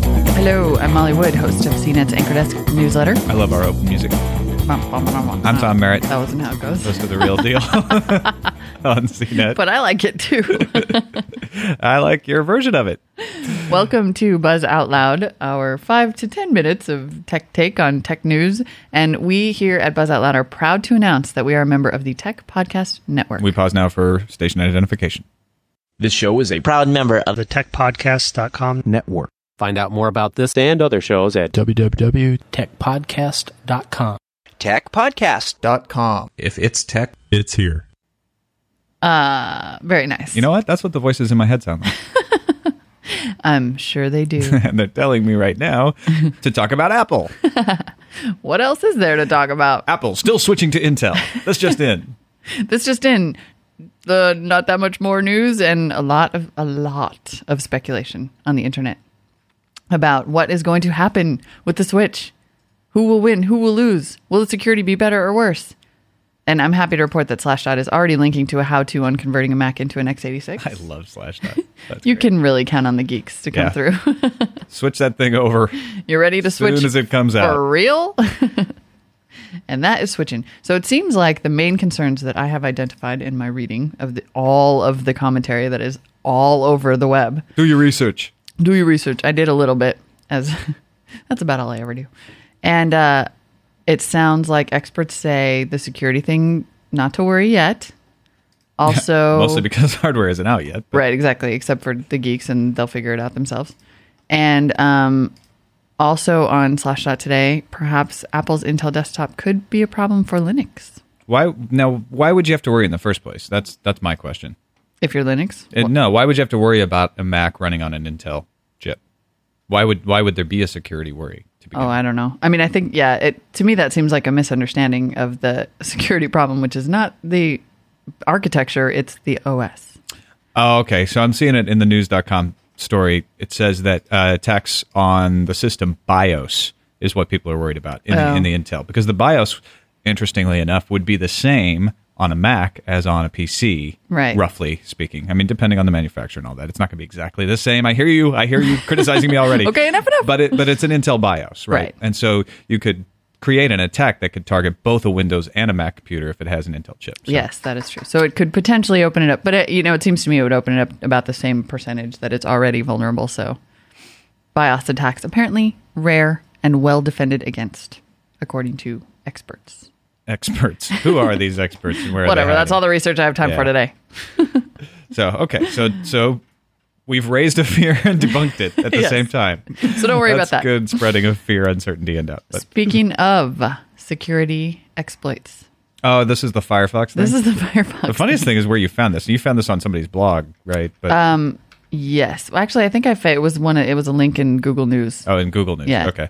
Hello, I'm Molly Wood, host of CNET's Anchor Desk newsletter. I love our open music. Bum, bum, bum, bum. I'm Tom Merritt. That wasn't how it goes. Those are the real deal on CNET. But I like it too. I like your version of it. Welcome to Buzz Out Loud, our five to 10 minutes of tech take on tech news. And we here at Buzz Out Loud are proud to announce that we are a member of the Tech Podcast Network. We pause now for station identification. This show is a proud member of the the techpodcast.com Network. Find out more about this and other shows at www.techpodcast.com. Tech Podcast. Dot com. If it's tech, it's here. Uh, very nice. You know what? That's what the voices in my head sound like. I'm sure they do. and they're telling me right now to talk about Apple. what else is there to talk about? Apple still switching to Intel. That's just in. This just in. The not that much more news and a lot of a lot of speculation on the internet about what is going to happen with the Switch. Who will win? Who will lose? Will the security be better or worse? And I'm happy to report that Slashdot is already linking to a how-to on converting a Mac into an x86. I love Slashdot. That's you great. can really count on the geeks to come Yeah. through. switch that thing over. You're ready to Soon switch as it comes out. for real. and that is switching. So it seems like the main concerns that I have identified in my reading of the, all of the commentary that is all over the web. Do your research. Do your research. I did a little bit, as that's about all I ever do. And uh, it sounds like experts say the security thing not to worry yet. Also, Mostly because hardware isn't out yet. but Right, exactly. Except for the geeks, and they'll figure it out themselves. And um, also on Slashdot today, perhaps Apple's Intel desktop could be a problem for Linux. Why now? Why would you have to worry in the first place? That's that's my question. If you're Linux, And no, why would you have to worry about a Mac running on an Intel chip? Why would why would there be a security worry to begin oh, I don't know. I mean, I think yeah. It to me that seems like a misunderstanding of the security problem, which is not the architecture; it's the OS. Oh, okay. So I'm seeing it in the news.com story. It says that uh, attacks on the system BIOS is what people are worried about in, the, Oh. in the Intel because the BIOS, interestingly enough, would be the same on a Mac as on a PC, Right. roughly speaking. I mean, depending on the manufacturer and all that, it's not going to be exactly the same. I hear you. I hear you criticizing me already. Okay, enough, enough. But it, but it's an Intel BIOS, right? Right. And so you could create an attack that could target both a Windows and a Mac computer if it has an Intel chip. So- Yes, that is true. So it could potentially open it up, but it, you know, it seems to me it would open it up about the same percentage that it's already vulnerable. So BIOS attacks apparently rare and well defended against, according to experts. Experts. Who are these experts? And where are they Whatever. That's hiding? all the research I have time for Yeah. today. So okay, so so we've raised a fear and debunked it at the Yes. same time. So don't worry That's about that. Good spreading of fear, uncertainty, and doubt. But, Speaking of security exploits, oh, this is the Firefox. Thing? this is the Firefox. the funniest thing is where you found this. You found this on somebody's blog, right? But Um, Yes. Well, actually, I think I fa- it was one. Of, it was a link in Google News. oh, in Google News. yeah. Okay.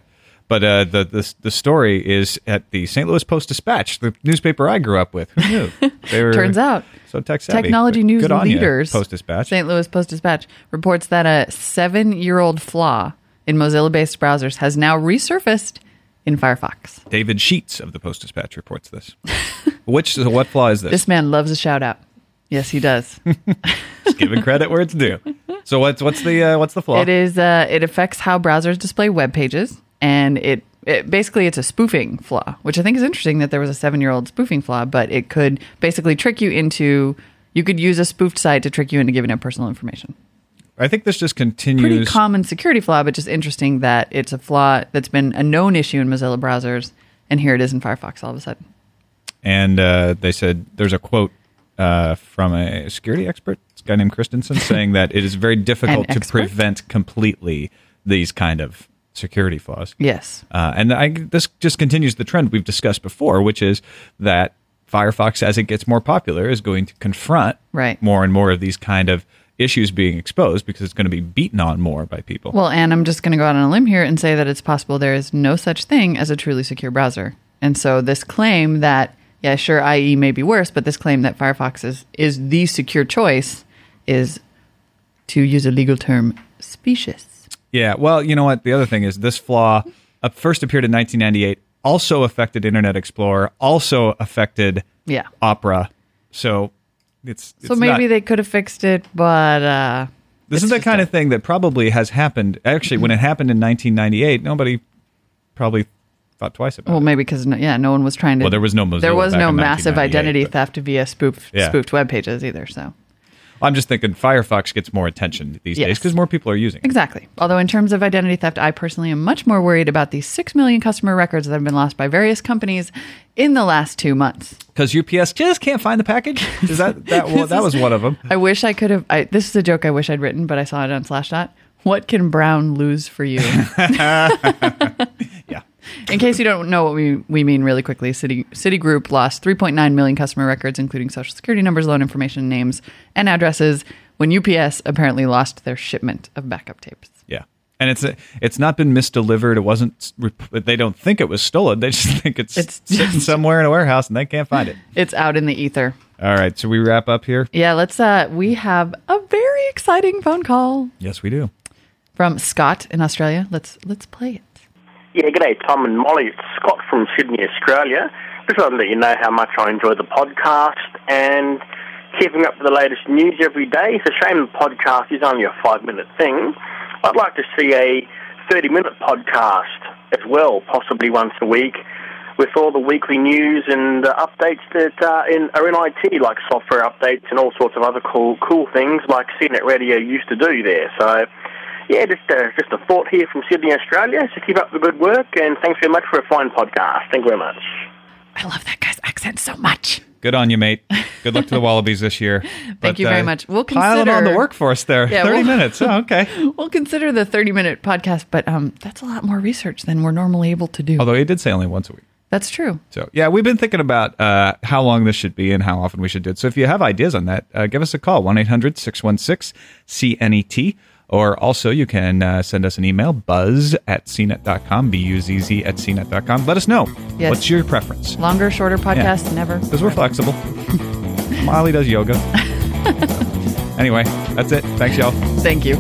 But uh, the, the the story is at the St. Louis Post Dispatch, the newspaper I grew up with. Who knew? They were Turns out so tech savvy. Technology But news good on ya, leaders. Post Dispatch. St. Louis Post Dispatch reports that a seven-year-old flaw in Mozilla-based browsers has now resurfaced in Firefox. David Sheets of the Post Dispatch reports this. Which what flaw is This man loves a shout out. Yes, he does. Just giving credit where it's due. So what's what's the uh, what's the flaw? it is. Uh, it affects how browsers display web pages, and it, it basically it's a spoofing flaw, which I think is interesting that there was a seven-year-old spoofing flaw, but it could basically trick you into. You could use a spoofed site to trick you into giving up personal information. I think this just pretty continues. common security flaw, but just interesting that it's a flaw that's been a known issue in Mozilla browsers, and here it is in Firefox all of a sudden. and uh, they said there's a quote uh, from a security expert, this guy named Christensen, saying that it is very difficult An to expert? prevent completely these kind of security flaws. Yes. Uh, and I, this just continues the trend we've discussed before, which is that Firefox, as it gets more popular, is going to confront Right. more and more of these kind of issues being exposed because it's going to be beaten on more by people. Well, and I'm just going to go out on a limb here and say that it's possible there is no such thing as a truly secure browser. And so this claim that yeah, sure, IE may be worse, but this claim that Firefox is is the secure choice is, to use a legal term, specious. Yeah. Well, you know what? The other thing is this flaw uh, first appeared in 1998, also affected Internet Explorer, also affected Yeah. Opera. So it's, So maybe they could have fixed it, but uh, This is the kind of thing that probably has happened. Actually, when it happened in 1998, nobody probably thought twice about Well, it. maybe because no, yeah, no one was trying to. Well, there was no there Mozilla was back no in massive 1998, identity but- theft via spoofed Yeah. spoofed web pages either. So I'm just thinking Firefox gets more attention these days Yes. because more people are using it. exactly. Although in terms of identity theft, I personally am much more worried about the six million customer records that have been lost by various companies in the last two months. Because UPS just can't find the package. Is that that, well, that was one of them? I wish I could have. I, this is a joke I wish I'd written, but I saw it on Slashdot. What can Brown lose for you? Yeah. In case you don't know what we, we mean, really quickly, City Citigroup lost 3.9 million customer records, including social security numbers, loan information, names, and addresses, when UPS apparently lost their shipment of backup tapes. Yeah. And it's it's not been misdelivered. It wasn't. They don't think it was stolen. They just think it's, It's sitting just- somewhere in a warehouse and they can't find it. It's out in the ether. All right. So we wrap up here. Yeah, let's. Uh, we have a very exciting phone call Yes, we do. from Scott in Australia. Let's let's play it. Yeah, good day, Tom and Molly. It's Scott from Sydney, Australia. Just wanted to let you know how much I enjoy the podcast and keeping up with the latest news every day. It's a shame the podcast is only a five minute thing. I'd like to see a 30 minute podcast as well, possibly once a week, with all the weekly news and uh, updates that uh, in, are in IT, like software updates and all sorts of other cool, cool things like CNET Radio used to do there. So yeah, just uh, just a thought here from Sydney, Australia. So keep up the good work, and thanks very much for a fine podcast. Thank you very much. I love that guy's accent so much. Good on you, mate. Good luck to the Wallabies this year. But, uh, you very much. We'll piling on the consider- workforce there. Yeah, Thirty we'll- minutes. Oh, okay. We'll consider the 30 minute podcast, but um, that's a lot more research than we're normally able to do. Although he did say only once a week. that's true. So yeah, we've been thinking about uh, how long this should be and how often we should do it. So if you have ideas on that, uh, give us a call 1-800-616-CNET. E Or also, you can uh, send us an email, buzz at E cnet.com, B U Z Z at E cnet.com. Let us know Yes. what's your preference. Longer, shorter podcasts, never. Because we're flexible. Molly does yoga. anyway, that's it. Thanks, y'all. Thank you.